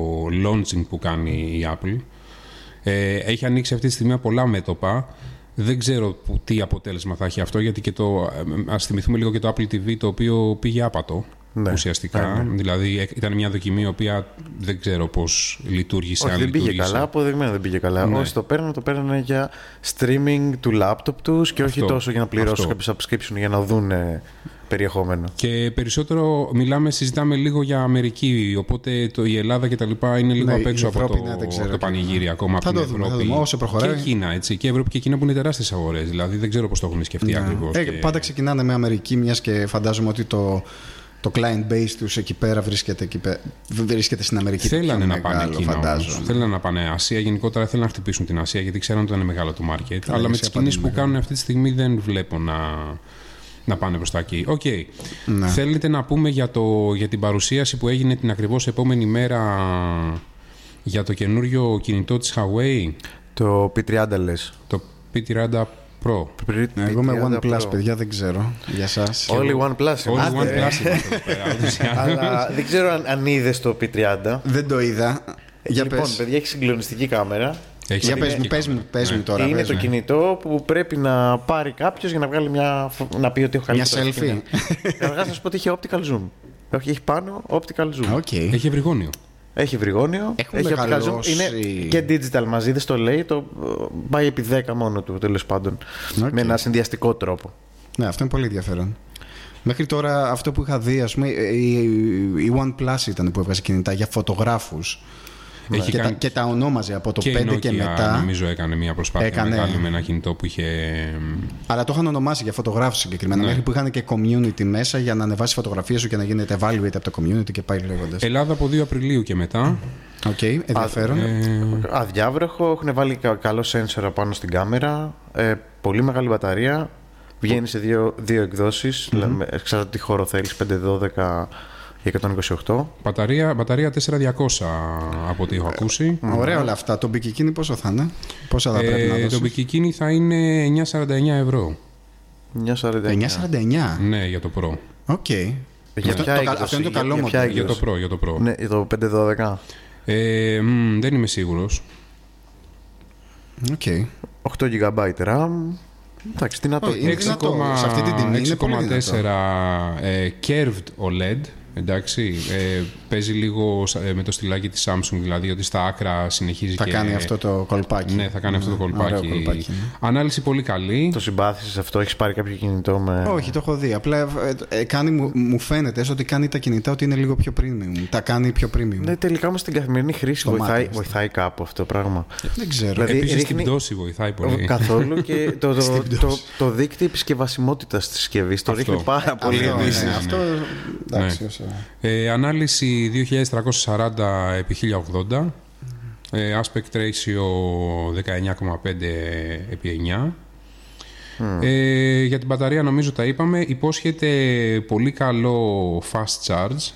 Speaker 1: launching που κάνει η Apple. Ε, έχει ανοίξει αυτή τη στιγμή πολλά μέτωπα. Δεν ξέρω που, τι αποτέλεσμα θα έχει αυτό, γιατί και το, ε, ας θυμηθούμε λίγο και το Apple TV, το οποίο πήγε άπατο
Speaker 2: Ναι.
Speaker 1: ουσιαστικά. Δηλαδή ε, ήταν μια δοκιμή, η οποία δεν ξέρω πώς λειτουργήσε.
Speaker 2: Όχι,
Speaker 1: αν
Speaker 2: δεν πήγε
Speaker 1: λειτουργήσε.
Speaker 2: καλά, αποδεδειγμένα δεν πήγε καλά.
Speaker 1: Ναι.
Speaker 2: Όσοι το παίρνανε, το παίρνανε για streaming του laptop τους και όχι
Speaker 1: Αυτό.
Speaker 2: τόσο για να πληρώσουν
Speaker 1: Αυτό.
Speaker 2: κάποιο subscription για να δουν περιεχόμενο.
Speaker 1: Και περισσότερο μιλάμε, συζητάμε λίγο για Αμερική. Οπότε το, η Ελλάδα και τα λοιπά είναι λίγο
Speaker 3: Ναι,
Speaker 1: απ' έξω
Speaker 3: η
Speaker 1: από
Speaker 3: Ευρώπη,
Speaker 1: το,
Speaker 3: ναι, δεν ξέρω
Speaker 1: το
Speaker 3: τι-
Speaker 1: πανηγύρι ακόμα.
Speaker 3: Θα
Speaker 1: από
Speaker 3: το
Speaker 1: την
Speaker 3: δούμε, θα
Speaker 1: Ευρώπη.
Speaker 3: δούμε. Όσο προχωράει.
Speaker 1: Και η Κίνα, έτσι. Και η Ευρώπη και η Κίνα που είναι τεράστιες αγορές. Δηλαδή δεν ξέρω πώς το έχουν σκεφτεί ακριβώς.
Speaker 3: Ε, Πάντα ξεκινάνε με Αμερική, μιας και φαντάζομαι ότι το, το client base τους εκεί πέρα βρίσκεται, εκεί πέρα, βρίσκεται στην Αμερική. το
Speaker 1: Θέλανε
Speaker 3: πιο
Speaker 1: να πάνε
Speaker 3: μεγάλο,
Speaker 1: εκεί.
Speaker 3: φαντάζομαι.
Speaker 1: Θέλανε να πάνε Ασία. Γενικότερα θέλανε να χτυπήσουν την Ασία γιατί ξέραν ότι ήταν μεγάλο το market. Αλλά με
Speaker 3: Ασία
Speaker 1: τι κινήσεις
Speaker 3: πάντα
Speaker 1: που
Speaker 3: είναι
Speaker 1: κάνουν αυτή τη στιγμή δεν βλέπω να, να πάνε προς τα εκεί. Οκ.
Speaker 3: Ναι.
Speaker 1: Θέλετε να πούμε για, το, για την παρουσίαση που έγινε την ακριβώς επόμενη μέρα για το καινούριο κινητό της Huawei,
Speaker 2: Το P30 λες.
Speaker 1: το P30 Pro.
Speaker 3: Εγώ είμαι OnePlus, παιδιά, δεν ξέρω. Για σας.
Speaker 2: Όλοι OnePlus
Speaker 1: Όλοι
Speaker 2: είμαστε.
Speaker 1: OnePlus είμαστε εδώ
Speaker 3: [LAUGHS]
Speaker 1: πέρα, ούτως ή άλλως.
Speaker 2: [LAUGHS] Αλλά δεν ξέρω αν, αν είδες το P30.
Speaker 3: Δεν το είδα. Για
Speaker 2: λοιπόν,
Speaker 3: πες.
Speaker 2: παιδιά, έχει συγκλονιστική κάμερα.
Speaker 1: Έχεις
Speaker 3: Για
Speaker 1: δει
Speaker 3: πες
Speaker 1: και
Speaker 3: μου, πες
Speaker 1: κάμερα.
Speaker 3: μου, πες
Speaker 1: Ναι.
Speaker 3: μου τώρα.
Speaker 2: είναι
Speaker 3: πες
Speaker 2: το
Speaker 3: μου.
Speaker 2: κινητό που πρέπει να πάρει κάποιος για να βγάλει μια. φο- να πει ότι έχω καλή
Speaker 3: Μια selfie.
Speaker 2: Καταρχάς, να σου πω ότι είχε optical zoom. Όχι, έχει πάνω optical zoom.
Speaker 3: Οκ.
Speaker 1: Έχει ευρυγόνιο.
Speaker 2: Έχει βρυγόνιο.
Speaker 3: Έχουν
Speaker 2: έχει
Speaker 3: μεγαλώσει.
Speaker 2: optical zoom, Είναι και digital μαζί. Δεν το λέει. Το ε, πάει επί 10 μόνο του τέλος πάντων.
Speaker 3: Οκ.
Speaker 2: Με ένα συνδυαστικό τρόπο.
Speaker 3: Ναι, αυτό είναι πολύ ενδιαφέρον. Μέχρι τώρα αυτό που είχα δει, ας πούμε, η, η- η OnePlus ήταν που έβγαζε κινητά για φωτογράφους
Speaker 1: Έχει
Speaker 3: και,
Speaker 1: κάνει-
Speaker 3: τα, και τα ονόμαζε από το
Speaker 1: Και
Speaker 3: 5
Speaker 1: η Nokia,
Speaker 3: και μετά.
Speaker 1: νομίζω, έκανε μια προσπάθεια
Speaker 3: Έκανε.
Speaker 1: μεγάλη με ένα κινητό που είχε. εμ,
Speaker 3: Αλλά το είχαν ονομάσει για φωτογράφους
Speaker 1: Ναι.
Speaker 3: συγκεκριμένα. Μέχρι που είχαν και community μέσα για να ανεβάσει φωτογραφίε σου και να γίνεται evaluate από το community και πάει λέγοντας. Οκ,
Speaker 1: Ελλάδα από 2 Απριλίου και μετά.
Speaker 3: ενδιαφέρον.
Speaker 1: Ε,
Speaker 2: Αδιάβροχο. Έχουν βάλει κα- καλό σένσορα πάνω στην κάμερα. Ε, πολύ μεγάλη μπαταρία. Βγαίνει σε δύο, δύο εκδόσεις, Δηλαδή, εξαρτάται τι χώρο θέλεις, 512 ή 128.
Speaker 1: μπαταρία, μπαταρία 4200 από ό,τι έχω ακούσει.
Speaker 3: Ε, Ωραία όλα αυτά. Το μπικικίνι πόσο θα είναι, πόσα θα πρέπει να
Speaker 1: Ε, το
Speaker 3: δώσεις.
Speaker 1: μπικικίνι θα είναι 9,49 ευρώ.
Speaker 2: 949.
Speaker 3: 9,49.
Speaker 1: Ναι, για το Pro.
Speaker 3: Οκ.
Speaker 2: Για
Speaker 3: Αυτό-
Speaker 2: ποια
Speaker 3: το κα-
Speaker 2: έκδοση,
Speaker 3: αυτό είναι το
Speaker 2: για-
Speaker 3: καλό
Speaker 2: για ποια
Speaker 3: μοντέλο.
Speaker 1: Για
Speaker 2: έκδοση.
Speaker 1: το Pro, για το Pro.
Speaker 2: Ναι, το 512.
Speaker 1: Ε, μ, δεν είμαι σίγουρος.
Speaker 3: Οκ.
Speaker 2: 8 GB RAM. Εντάξει, τι να το.
Speaker 3: Όχι, Είναι δυνατό.
Speaker 1: 6,4,
Speaker 3: Σε αυτή την τιμή είναι πολύ
Speaker 1: 6,4 ε, curved OLED. Εντάξει, ε, παίζει λίγο σα- ε, με το στυλάκι της Samsung, δηλαδή ότι στα άκρα συνεχίζει
Speaker 3: Θα
Speaker 1: και...
Speaker 3: κάνει αυτό το κολπάκι.
Speaker 1: Ναι, θα κάνει αυτό το κολπάκι.
Speaker 3: ωραίο κολπάκι, ναι.
Speaker 1: Ανάλυση πολύ καλή.
Speaker 2: Το συμπάθησες αυτό, έχεις πάρει κάποιο κινητό με.
Speaker 3: Όχι, το έχω δει. Απλά ε, ε, κάνει, μου, μου φαίνεται έστω ότι κάνει τα κινητά ότι είναι λίγο πιο premium. Τα κάνει πιο premium.
Speaker 2: Ναι, τελικά όμως στην καθημερινή χρήση
Speaker 3: Στο
Speaker 2: βοηθάει,
Speaker 3: μάτι,
Speaker 2: βοηθάει κάπου αυτό το πράγμα.
Speaker 3: Δεν ξέρω. Ε,
Speaker 2: Δηλαδή,
Speaker 1: Επίσης
Speaker 2: ρίχνει-
Speaker 1: την πτώση βοηθάει πολύ. [LAUGHS]
Speaker 2: Καθόλου και το, το,
Speaker 3: Στην
Speaker 2: το, το, δίκτυο επισκευασιμότητας της συσκευής το ρίχνει πάρα
Speaker 3: Αυτό,
Speaker 2: πολύ
Speaker 3: ναι,
Speaker 2: επίση.
Speaker 3: ναι, Αυτό. Εντάξει, όσο-
Speaker 1: Ε, ανάλυση 2340 επί 1080. Ε, aspect ratio 19,5 επί 9. Ε, για την μπαταρία νομίζω τα είπαμε. Υπόσχεται πολύ καλό fast charge.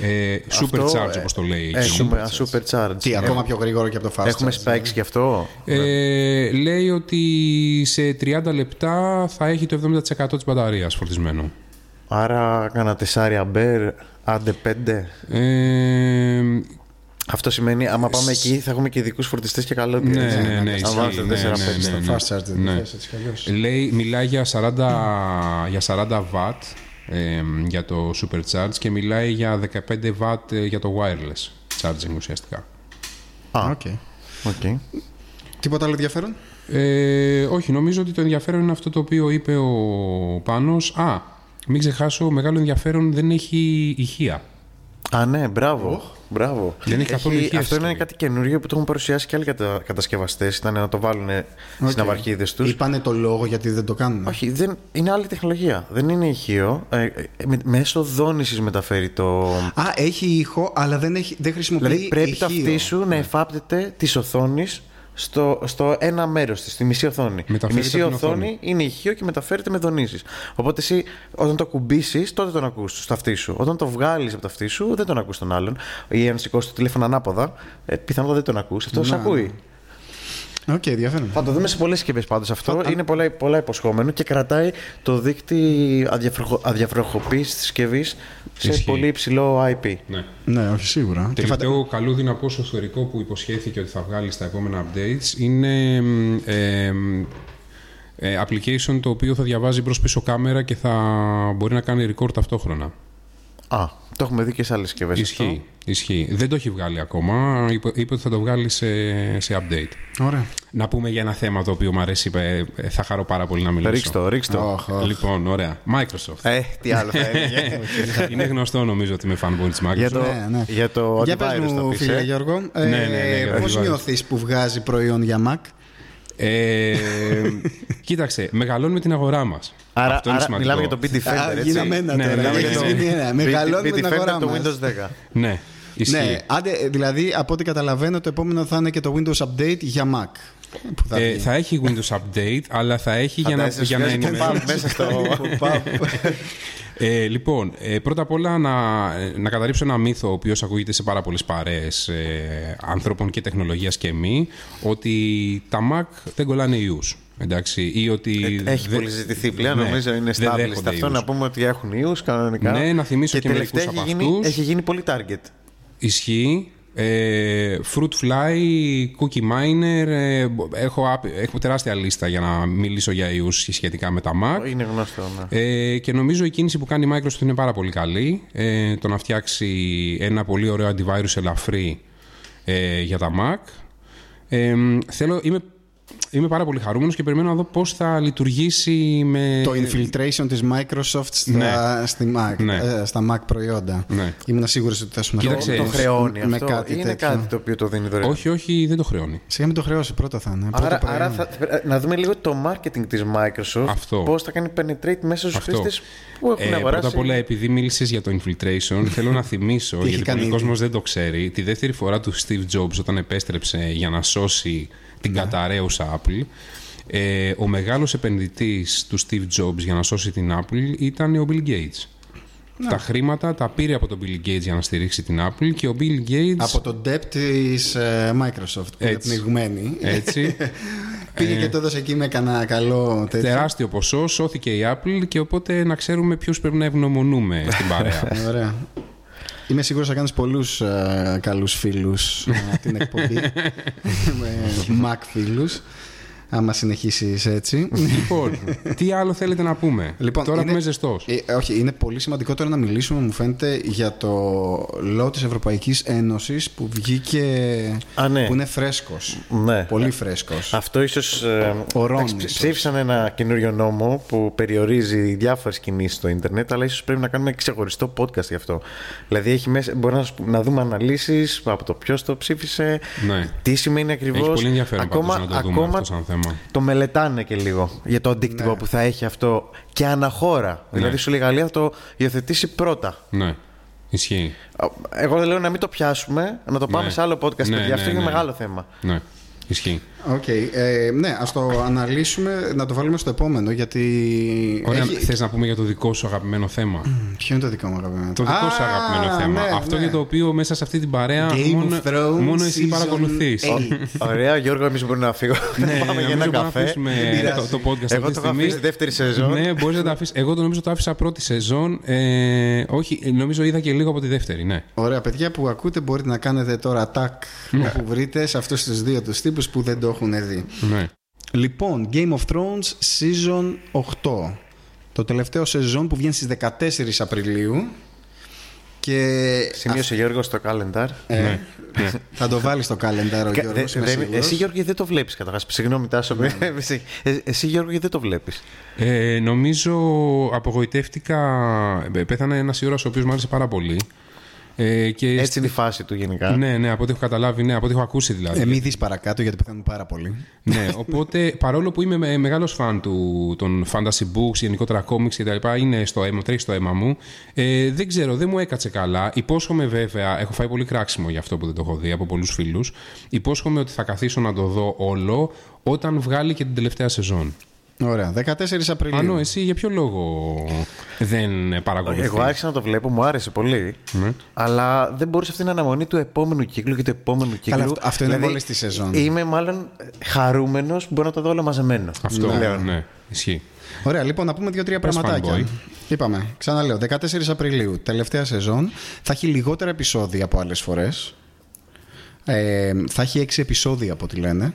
Speaker 1: Ε, super charge όπως το
Speaker 2: ε,
Speaker 1: λέει.
Speaker 2: Έχουμε supercharge.
Speaker 3: Τι, ακόμα πιο γρήγορο και από το fast
Speaker 2: Έχουμε
Speaker 3: charge.
Speaker 2: specs γι' αυτό.
Speaker 1: Ε, λέει ότι σε 30 λεπτά θα έχει το 70% της μπαταρίας φορτισμένο.
Speaker 2: Άρα κάνα τεσσάρι αμπέρ, άντε πέντε.
Speaker 1: Ε,
Speaker 2: Αυτό σημαίνει, άμα πάμε εκεί, θα έχουμε και ειδικούς φορτιστές και καλό
Speaker 1: ναι, ναι, ναι,
Speaker 2: Αν
Speaker 1: ισχύει,
Speaker 2: βάλετε
Speaker 1: ναι,
Speaker 2: τέσσερα,
Speaker 1: ναι,
Speaker 2: πέντε.
Speaker 1: ναι.
Speaker 3: Fast charge δεν
Speaker 1: Ναι.
Speaker 3: το θες έτσι κι αλλιώς.
Speaker 1: Λέει, μιλάει για 40, για 40 watt ε, για το supercharge και μιλάει για 15 watt ε, για το wireless charging ουσιαστικά.
Speaker 2: Α,
Speaker 3: Οκ.
Speaker 2: οκ.
Speaker 3: Τίποτα άλλο ενδιαφέρον.
Speaker 1: Ε, όχι, νομίζω ότι το ενδιαφέρον είναι αυτό το οποίο είπε ο Πάνος. Α, μην ξεχάσω, μεγάλο ενδιαφέρον δεν έχει ηχεία.
Speaker 2: Α, ναι, μπράβο. μπράβο.
Speaker 1: Δεν έχει καθόλου ηχεία
Speaker 2: Αυτό είναι
Speaker 1: συσκευή.
Speaker 2: κάτι καινούργιο που το έχουν παρουσιάσει και άλλοι κατα... κατασκευαστές. Ήταν να το βάλουν στι ναυαρχίδε τους.
Speaker 3: Είπανε το λόγο γιατί δεν το κάνουν.
Speaker 2: Όχι, δεν... είναι άλλη τεχνολογία. Δεν είναι ηχείο. Ε, ε, με- μέσω δόνησης μεταφέρει το.
Speaker 3: Α, έχει ήχο, αλλά δεν, έχει, δεν χρησιμοποιεί
Speaker 2: Δηλαδή πρέπει
Speaker 3: ηχείο.
Speaker 2: το αυτί σου να εφάπτεται της οθόνης στο, στο ένα μέρος της, στη μισή οθόνη.
Speaker 1: Μεταφέρεται
Speaker 2: η μισή
Speaker 1: από την
Speaker 2: οθόνη,
Speaker 1: οθόνη.
Speaker 2: είναι ηχείο και μεταφέρεται με δονήσεις. Οπότε εσύ όταν το κουμπίσεις, τότε τον ακούς στο αυτί σου. Όταν το βγάλεις από το αυτί σου, δεν τον ακούς τον άλλον. Ή αν σηκώσει το τηλέφωνο ανάποδα, ε, πιθανότατα δεν τον ακούς. Αυτό
Speaker 1: Ναι,
Speaker 2: σε ακούει.
Speaker 3: Οκ, ενδιαφέρον.
Speaker 2: Θα το δούμε σε πολλές συσκευές πάντως αυτό. Είναι πολλά, πολλά υποσχόμενο και κρατάει το δίκτυ αδιαφροχο, αδιαφροχοποίησης της συσκευής σε
Speaker 1: Ισχύει.
Speaker 2: πολύ υψηλό IP.
Speaker 1: Ναι.
Speaker 3: Ναι, όχι σίγουρα. Και φαντα-
Speaker 1: Τελευταίο καλούδι να πω στο σφαιρικό που υποσχέθηκε ότι θα βγάλει στα επόμενα updates είναι μ, ε, μ, ε, application το οποίο θα διαβάζει προς πίσω κάμερα και θα μπορεί να κάνει record ταυτόχρονα.
Speaker 2: Α, το έχουμε δει και σε άλλες συσκευές.
Speaker 1: Ισχύει. Ισχύει. Δεν το έχει βγάλει ακόμα. Είπε, είπε ότι θα το βγάλει σε, σε update.
Speaker 3: Ωραία.
Speaker 1: Να πούμε για ένα θέμα το οποίο μου αρέσει. είπε, ε, θα χαρώ πάρα πολύ να μιλήσω.
Speaker 2: Ρίξ το, ε. ρίξ το.
Speaker 3: Αχ, αχ.
Speaker 1: Λοιπόν, ωραία. Microsoft. Ε,
Speaker 2: Ε, τι άλλο θα έλεγε.
Speaker 1: Είναι γνωστό νομίζω ότι είμαι fanboy της Microsoft.
Speaker 2: για το,
Speaker 3: Ναι, ναι.
Speaker 2: Για το
Speaker 3: Για πες
Speaker 2: antivirus θα
Speaker 3: μου,
Speaker 2: πεις,
Speaker 3: φίλε
Speaker 2: ε.
Speaker 3: Γιώργο,
Speaker 1: Ναι, ναι, ναι, για το
Speaker 3: πώς
Speaker 1: antivirus.
Speaker 3: νιώθεις που βγάζει προϊόν για Mac.
Speaker 1: Ε, κοίταξε, μεγαλώνουμε την αγορά μας.
Speaker 2: [LAUGHS] Άρα,
Speaker 1: Αυτό είναι
Speaker 2: άρα
Speaker 1: σημαντικό.
Speaker 2: μιλάμε για το PD
Speaker 3: Α,
Speaker 2: Defender, έτσι.
Speaker 3: γίναμε ένα
Speaker 1: Ναι,
Speaker 3: τώρα.
Speaker 1: μιλάμε για το-
Speaker 3: γίνει ένα.
Speaker 2: Ναι,
Speaker 3: Μεγαλώνουμε
Speaker 2: PD
Speaker 3: την αγορά
Speaker 2: Defender το
Speaker 3: μας.
Speaker 2: Windows 10.
Speaker 1: Ναι, ισχύει.
Speaker 3: Ναι, άντε, ε, δηλαδή από ό,τι καταλαβαίνω το επόμενο θα είναι και το Windows Update για Mac. Που θα
Speaker 1: Ε,
Speaker 3: βγει.
Speaker 1: θα έχει Windows Update, αλλά θα έχει για να,
Speaker 2: Φαντάζεσαι,
Speaker 1: για να
Speaker 2: βγάζει το
Speaker 1: ενημερώνει.
Speaker 2: pop μέσα
Speaker 1: [LAUGHS]
Speaker 2: στο...
Speaker 1: Ε, λοιπόν, ε, πρώτα απ' όλα να, ε, να καταρρύψω ένα μύθο ο οποίος ακούγεται σε πάρα πολλές παρέες ε, ανθρώπων και τεχνολογίας και μη ότι τα Mac δεν κολλάνε ιούς. Εντάξει, ή ότι
Speaker 2: Ε, Έχει
Speaker 1: Ε, δεν-
Speaker 2: πολύ ζητηθεί πλέον,
Speaker 1: ναι,
Speaker 2: νομίζω είναι
Speaker 1: δεν
Speaker 2: established
Speaker 1: δέχονται
Speaker 2: αυτό.
Speaker 1: ιούς.
Speaker 2: Να πούμε ότι έχουν ιούς κανονικά.
Speaker 1: Ναι, να θυμίσω και
Speaker 2: τελευταία
Speaker 1: μερικούς από
Speaker 2: έχει γίνει-
Speaker 1: αυτούς.
Speaker 2: Έχει γίνει πολύ target.
Speaker 1: Ισχύει. Ε, Fruit Fly, Cookie Miner. ε, έχω, άπει- έχω τεράστια λίστα για να μιλήσω για ιούς σχετικά με τα Mac.
Speaker 2: Είναι γνωστό. Ναι.
Speaker 1: Ε, και νομίζω η κίνηση που κάνει η Microsoft είναι πάρα πολύ καλή. Ε, το να φτιάξει ένα πολύ ωραίο antivirus ελαφρύ ε, για τα Mac. Ε, θέλω, είμαι, είμαι πάρα πολύ χαρούμενος και περιμένω να δω πώς θα λειτουργήσει με...
Speaker 3: Το infiltration της Microsoft στα, στη Mac,
Speaker 1: Ναι.
Speaker 3: ε, στα Mac προϊόντα.
Speaker 1: Ναι.
Speaker 3: Ήμουν σίγουρος ότι θα σου να
Speaker 1: Κοίταξε,
Speaker 2: το
Speaker 1: ξέρεις,
Speaker 2: χρεώνει
Speaker 3: με
Speaker 2: αυτό.
Speaker 3: κάτι
Speaker 2: είναι
Speaker 3: τέτοιο.
Speaker 2: κάτι το οποίο το δίνει δωρεάν.
Speaker 1: Όχι, όχι, δεν το χρεώνει.
Speaker 3: Σιγά μην το χρεώσει πρώτα θα είναι. πρώτο
Speaker 2: Άρα,
Speaker 3: προϊόν.
Speaker 2: άρα θα, να δούμε λίγο το marketing της Microsoft.
Speaker 1: Αυτό.
Speaker 2: Πώς θα κάνει penetrate μέσα στους
Speaker 1: Αυτό.
Speaker 2: χρήστες που έχουν
Speaker 1: Ε,
Speaker 2: αγοράσει.
Speaker 1: πρώτα απ' όλα, επειδή μίλησες για το infiltration, θέλω να θυμίσω,
Speaker 3: [LAUGHS] Τι έχει
Speaker 1: γιατί πολλοί
Speaker 3: κάνει ήδη.
Speaker 1: κόσμος δεν το ξέρει, τη δεύτερη φορά του Steve Jobs όταν επέστρεψε για να σώσει
Speaker 3: Ναι.
Speaker 1: την καταραίουσα Apple, ε, ο μεγάλος επενδυτής του Steve Jobs για να σώσει την Apple ήταν ο Bill Gates.
Speaker 3: Ναι.
Speaker 1: Τα χρήματα τα πήρε από τον Bill Gates για να στηρίξει την Apple και ο Bill Gates...
Speaker 3: Από το depth της ε, Microsoft που είναι
Speaker 1: Έτσι. Ε,
Speaker 3: πνιγμένη. Ε, [LAUGHS]
Speaker 1: Έτσι,
Speaker 3: Πήγε και το έδωσε εκεί με κανένα καλό τέτοιο.
Speaker 1: τεράστιο ποσό, σώθηκε η Apple και οπότε να ξέρουμε ποιους πρέπει να ευγνωμονούμε στην
Speaker 3: [LAUGHS]
Speaker 1: παρέα.
Speaker 3: Ωραία. Είμαι σίγουρος θα κάνεις πολλούς ε, καλούς φίλους ε, την
Speaker 1: [LAUGHS]
Speaker 3: εκπομπή. με Mac φίλους. Άμα συνεχίσεις έτσι.
Speaker 1: [LAUGHS] λοιπόν, τι άλλο θέλετε να πούμε.
Speaker 3: Λοιπόν,
Speaker 1: Τώρα
Speaker 3: είναι-
Speaker 1: που είμαι ζεστός.
Speaker 3: Ε, όχι, είναι πολύ σημαντικό τώρα να μιλήσουμε, μου φαίνεται, για το λόγο της Ευρωπαϊκής Ένωσης που βγήκε.
Speaker 2: Α, ναι.
Speaker 3: που είναι φρέσκος.
Speaker 2: Ναι.
Speaker 3: Πολύ φρέσκος.
Speaker 2: Αυτό ίσως.
Speaker 3: Ο Ρόν, ίσως.
Speaker 2: Ψήφισαν ένα καινούριο νόμο που περιορίζει διάφορες κινήσεις στο Ιντερνετ, αλλά ίσως πρέπει να κάνουμε ξεχωριστό podcast γι' αυτό. Δηλαδή, έχει μέσα, μπορεί να, σου- να δούμε αναλύσεις από το ποιος το ψήφισε,
Speaker 1: Ναι.
Speaker 2: τι σημαίνει ακριβώς.
Speaker 1: Έχει πολύ ενδιαφέρον ακόμα, να το δούμε
Speaker 2: ακόμα
Speaker 1: αυτό σαν θέμα.
Speaker 2: το μελετάνε και λίγο για το αντίκτυπο που θα έχει αυτό και αναχώρα. Δηλαδή, σου λέει η Γαλλία θα το υιοθετήσει πρώτα.
Speaker 1: Ναι, ισχύει.
Speaker 2: Εγώ δεν λέω να μην το πιάσουμε, να το πάμε
Speaker 1: Ναι.
Speaker 2: σε άλλο podcast,
Speaker 1: Ναι,
Speaker 2: παιδιά.
Speaker 1: ναι,
Speaker 2: αυτό είναι
Speaker 1: ναι.
Speaker 2: μεγάλο θέμα.
Speaker 1: Ναι, ισχύει.
Speaker 3: Οκ. ε, ναι, ας το αναλύσουμε, να το βάλουμε στο επόμενο, γιατί.
Speaker 1: Ωραία,
Speaker 3: έχει-
Speaker 1: θες να πούμε για το δικό σου αγαπημένο θέμα.
Speaker 3: Ποιο είναι το δικό μου αγαπημένο.
Speaker 1: Το δικό
Speaker 3: Α,
Speaker 1: σου αγαπημένο θέμα.
Speaker 3: ναι,
Speaker 1: αυτό
Speaker 3: ναι.
Speaker 1: για το οποίο μέσα σε αυτή την παρέα
Speaker 3: Game
Speaker 1: μόνο,
Speaker 3: of Thrones
Speaker 1: μόνο εσύ
Speaker 3: season
Speaker 1: παρακολουθείς.
Speaker 3: eight.
Speaker 2: Ωραία, Γιώργο, εμείς μπορούμε να φύγω.
Speaker 1: Ε,
Speaker 2: Να πάμε για
Speaker 1: νομίζω
Speaker 2: ένα
Speaker 1: μπορούμε να
Speaker 2: καφέ.
Speaker 1: αφήσουμε
Speaker 3: πειράζει.
Speaker 1: το, το podcast αυτή
Speaker 2: Εγώ
Speaker 1: τη
Speaker 2: το είχα
Speaker 1: στιγμή.
Speaker 2: αφήσει δεύτερη σεζόν.
Speaker 1: Ναι, μπορείς να το αφήσεις. Εγώ το νομίζω το άφησα πρώτη σεζόν. Ε, όχι, ε, νομίζω είδα και λίγο από τη δεύτερη, ναι.
Speaker 3: Ωραία, παιδιά που ακούτε, μπορείτε να κάνετε τώρα τάκ όπου βρείτε σε αυτούς τους δύο τους τύπους που δεν το έχουν δει.
Speaker 1: ναι.
Speaker 3: Λοιπόν, Game of Thrones Season 8. Το τελευταίο σεζόν που βγαίνει στις 14 Απριλίου. Και
Speaker 2: Σημείωσε Γιώργο στο calendar.
Speaker 3: ε, [LAUGHS] θα το βάλεις στο calendar ο
Speaker 2: Κα-
Speaker 3: Γιώργος,
Speaker 2: δε-
Speaker 3: είμαι
Speaker 2: δε-
Speaker 3: σίγουρος.
Speaker 2: Εσύ, Γιώργο, δεν το βλέπεις καταρχάς. Συγγνώμη, Τάσο. [LAUGHS] με-
Speaker 1: Ναι.
Speaker 2: Ε, Εσύ, Γιώργο, δεν το βλέπεις.
Speaker 1: Ε, νομίζω απογοητεύτηκα. Ε, Πέθανε ένας ήρωας ο οποίος μου άρεσε πάρα πολύ. Ε, και
Speaker 2: Έτσι είναι η φάση του γενικά.
Speaker 1: Ναι, ναι, από ό,τι έχω καταλάβει, ναι, από ό,τι έχω ακούσει δηλαδή.
Speaker 3: Ε, μη δεις παρακάτω γιατί πεθαίνουν πάρα πολύ.
Speaker 1: ναι, οπότε παρόλο που είμαι με- μεγάλος φαν του, των fantasy books, γενικότερα comics και τα λοιπά, είναι στο αίμα, τρέχει στο αίμα μου. Ε, δεν ξέρω, δεν μου έκατσε καλά. Υπόσχομαι βέβαια, έχω φάει πολύ κράξιμο για αυτό που δεν το έχω δει από πολλούς φίλους. Υπόσχομαι ότι θα καθίσω να το δω όλο όταν βγάλει και την τελευταία σεζόν.
Speaker 3: Ωραία, 14 Απριλίου.
Speaker 1: Ανώ, εσύ για ποιο λόγο δεν παρακολουθείς.
Speaker 2: Εγώ άρχισα να το βλέπω, μου άρεσε πολύ.
Speaker 1: Ναι.
Speaker 2: Αλλά δεν μπορούσε αυτή την αναμονή του επόμενου κύκλου και του επόμενου κύκλου. Δηλαδή,
Speaker 3: αυτό- αυτό είναι μόλις τη σεζόν.
Speaker 2: Είμαι μάλλον χαρούμενος που μπορώ να το δω όλο μαζεμένο.
Speaker 1: Αυτό,
Speaker 2: λέω.
Speaker 1: ναι, ισχύει.
Speaker 3: Ωραία, λοιπόν, να πούμε δύο-τρία
Speaker 1: Πες,
Speaker 3: πραγματάκια.
Speaker 1: fanboy.
Speaker 3: Είπαμε, ξαναλέω, 14 Απριλίου, τελευταία σεζόν, θα έχει λιγότερα επεισόδια από άλλες φορές. Ε, θα έχει 6 επεισόδια από ό,τι λένε.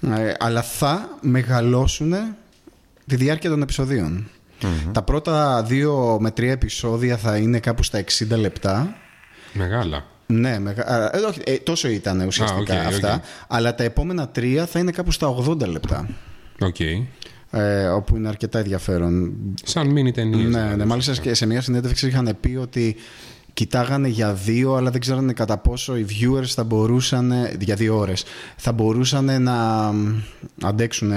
Speaker 3: Ε, αλλά θα μεγαλώσουν τη διάρκεια των επεισοδιων Τα πρώτα δύο με τρία επεισόδια θα είναι κάπου στα 60 λεπτά.
Speaker 1: Μεγάλα.
Speaker 3: Ναι, μεγα... ε, όχι, ε, τόσο ήταν ουσιαστικά
Speaker 1: Α, οκ, οκ.
Speaker 3: αυτά. Αλλά τα επόμενα τρία θα είναι κάπου στα 80 λεπτά.
Speaker 1: Οκ.
Speaker 3: Ε, όπου είναι αρκετά ενδιαφέρον.
Speaker 1: Σαν μίνι ταινίες.
Speaker 3: Ναι, ναι, μάλιστα και σε μια συνέντευξη είχαν πει ότι κοιτάγανε για δύο, αλλά δεν ξέρανε κατά πόσο οι viewers θα μπορούσαν, για δύο ώρες, θα μπορούσαν να αντέξουν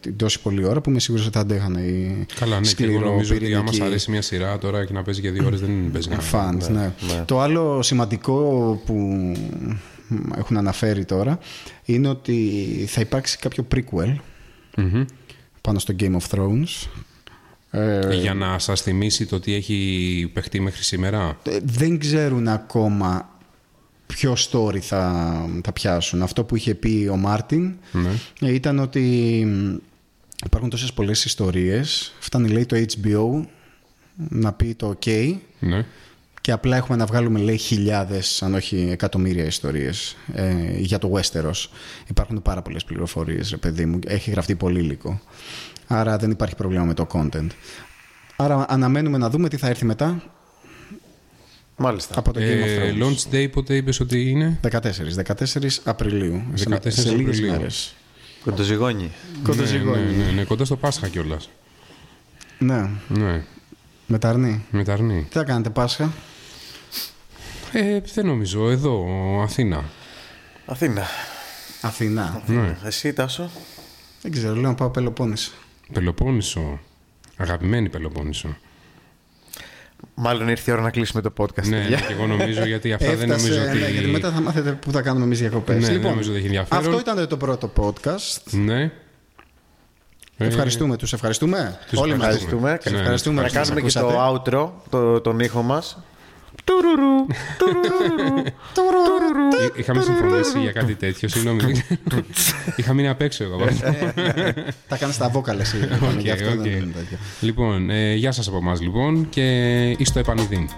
Speaker 3: την τόση πολλή ώρα που είμαι σίγουρος ότι θα αντέχανε οι
Speaker 1: Καλά, ναι, και εγώ νομίζω ότι άμα
Speaker 3: σκληροπυρηνικοί
Speaker 1: σ' αρέσει μια σειρά τώρα και να παίζει για δύο ώρες δεν παίζει κανένα.
Speaker 3: fans, ναι. Το άλλο σημαντικό που έχουν αναφέρει τώρα είναι ότι θα υπάρξει κάποιο prequel
Speaker 1: Μμμ.
Speaker 3: πάνω στο Game of Thrones. Ε,
Speaker 1: Για να σας θυμίσει το τι έχει παιχτεί μέχρι σήμερα.
Speaker 3: Ε, δεν ξέρουν ακόμα ποιο story θα, θα πιάσουν. Αυτό που είχε πει ο Μάρτιν
Speaker 1: Ναι.
Speaker 3: ε, ήταν ότι μ, υπάρχουν τόσες πολλές ιστορίες. Φτάνει λέει το HBO να πει το OK
Speaker 1: Ναι.
Speaker 3: και απλά έχουμε να βγάλουμε λέει χιλιάδες αν όχι εκατομμύρια ιστορίες ε, για το Westeros υπάρχουν πάρα πολλές πληροφορίες ρε παιδί μου έχει γραφτεί πολύ υλικό άρα δεν υπάρχει πρόβλημα με το content άρα αναμένουμε να δούμε τι θα έρθει μετά
Speaker 2: Μάλιστα.
Speaker 3: από το
Speaker 1: Ε,
Speaker 3: Game of Thrones
Speaker 1: launch day πότε είπες ότι είναι.
Speaker 3: 14, 14 Απριλίου
Speaker 1: 14
Speaker 3: σε, σε λίγες
Speaker 1: Απριλίου.
Speaker 3: μέρες
Speaker 2: Κοντοζυγόνι.
Speaker 3: Κοντοζυγόνι.
Speaker 1: Ναι, ναι, ναι, ναι, κοντά στο Πάσχα κιόλας.
Speaker 3: ναι,
Speaker 1: Ναι,
Speaker 3: με τα αρνή.
Speaker 1: μεταρνεί.
Speaker 3: τι θα κάνετε Πάσχα
Speaker 1: Ε, δεν νομίζω, εδώ, Αθήνα.
Speaker 2: Αθήνα.
Speaker 3: Αθηνά
Speaker 1: Ναι.
Speaker 2: Εσύ, Τάσο.
Speaker 3: δεν ξέρω λέω να πάω Πελοπόννησο
Speaker 1: Πελοπόννησο. Αγαπημένη Πελοπόννησο.
Speaker 2: Μάλλον ήρθε η ώρα να κλείσουμε το podcast.
Speaker 1: Ναι, ναι,
Speaker 2: παιδιά.
Speaker 1: και εγώ νομίζω γιατί αυτά δεν
Speaker 3: Έφτασε,
Speaker 1: νομίζω
Speaker 3: ναι, γιατί
Speaker 1: ότι.
Speaker 3: μετά θα μάθετε που θα κάνουμε εμείς διακοπές.
Speaker 1: Ναι, δεν νομίζω ότι έχει ενδιαφέρον.
Speaker 3: Αυτό ήταν το πρώτο podcast.
Speaker 1: Ναι. Ε,
Speaker 3: Ευχαριστούμε, τους ευχαριστούμε.
Speaker 1: τους
Speaker 3: Όλοι μας.
Speaker 1: ευχαριστούμε. Ναι,
Speaker 2: Ευχαριστούμε.
Speaker 1: ναι.
Speaker 3: Ευχαριστούμε
Speaker 2: Να
Speaker 3: που σας
Speaker 2: κάνουμε και
Speaker 3: ακούσατε.
Speaker 2: το outro, το, τον ήχο μας.
Speaker 1: Εί- Είχαμε συμφωνήσει για κάτι τέτοιο, συγγνώμη.
Speaker 3: [LAUGHS]
Speaker 1: δεν ξέρω. Είχα μείνει απ' έξω εγώ.
Speaker 3: Τα κάνεις τα βόκαλα
Speaker 1: [LAUGHS]
Speaker 3: εσύ. λοιπόν,
Speaker 1: Οκ,
Speaker 3: γι' αυτό
Speaker 1: οκ.
Speaker 3: δεν είναι τέτοιο.
Speaker 1: Λοιπόν, ε, γεια σας από εμάς λοιπόν και εις το επανειδήν.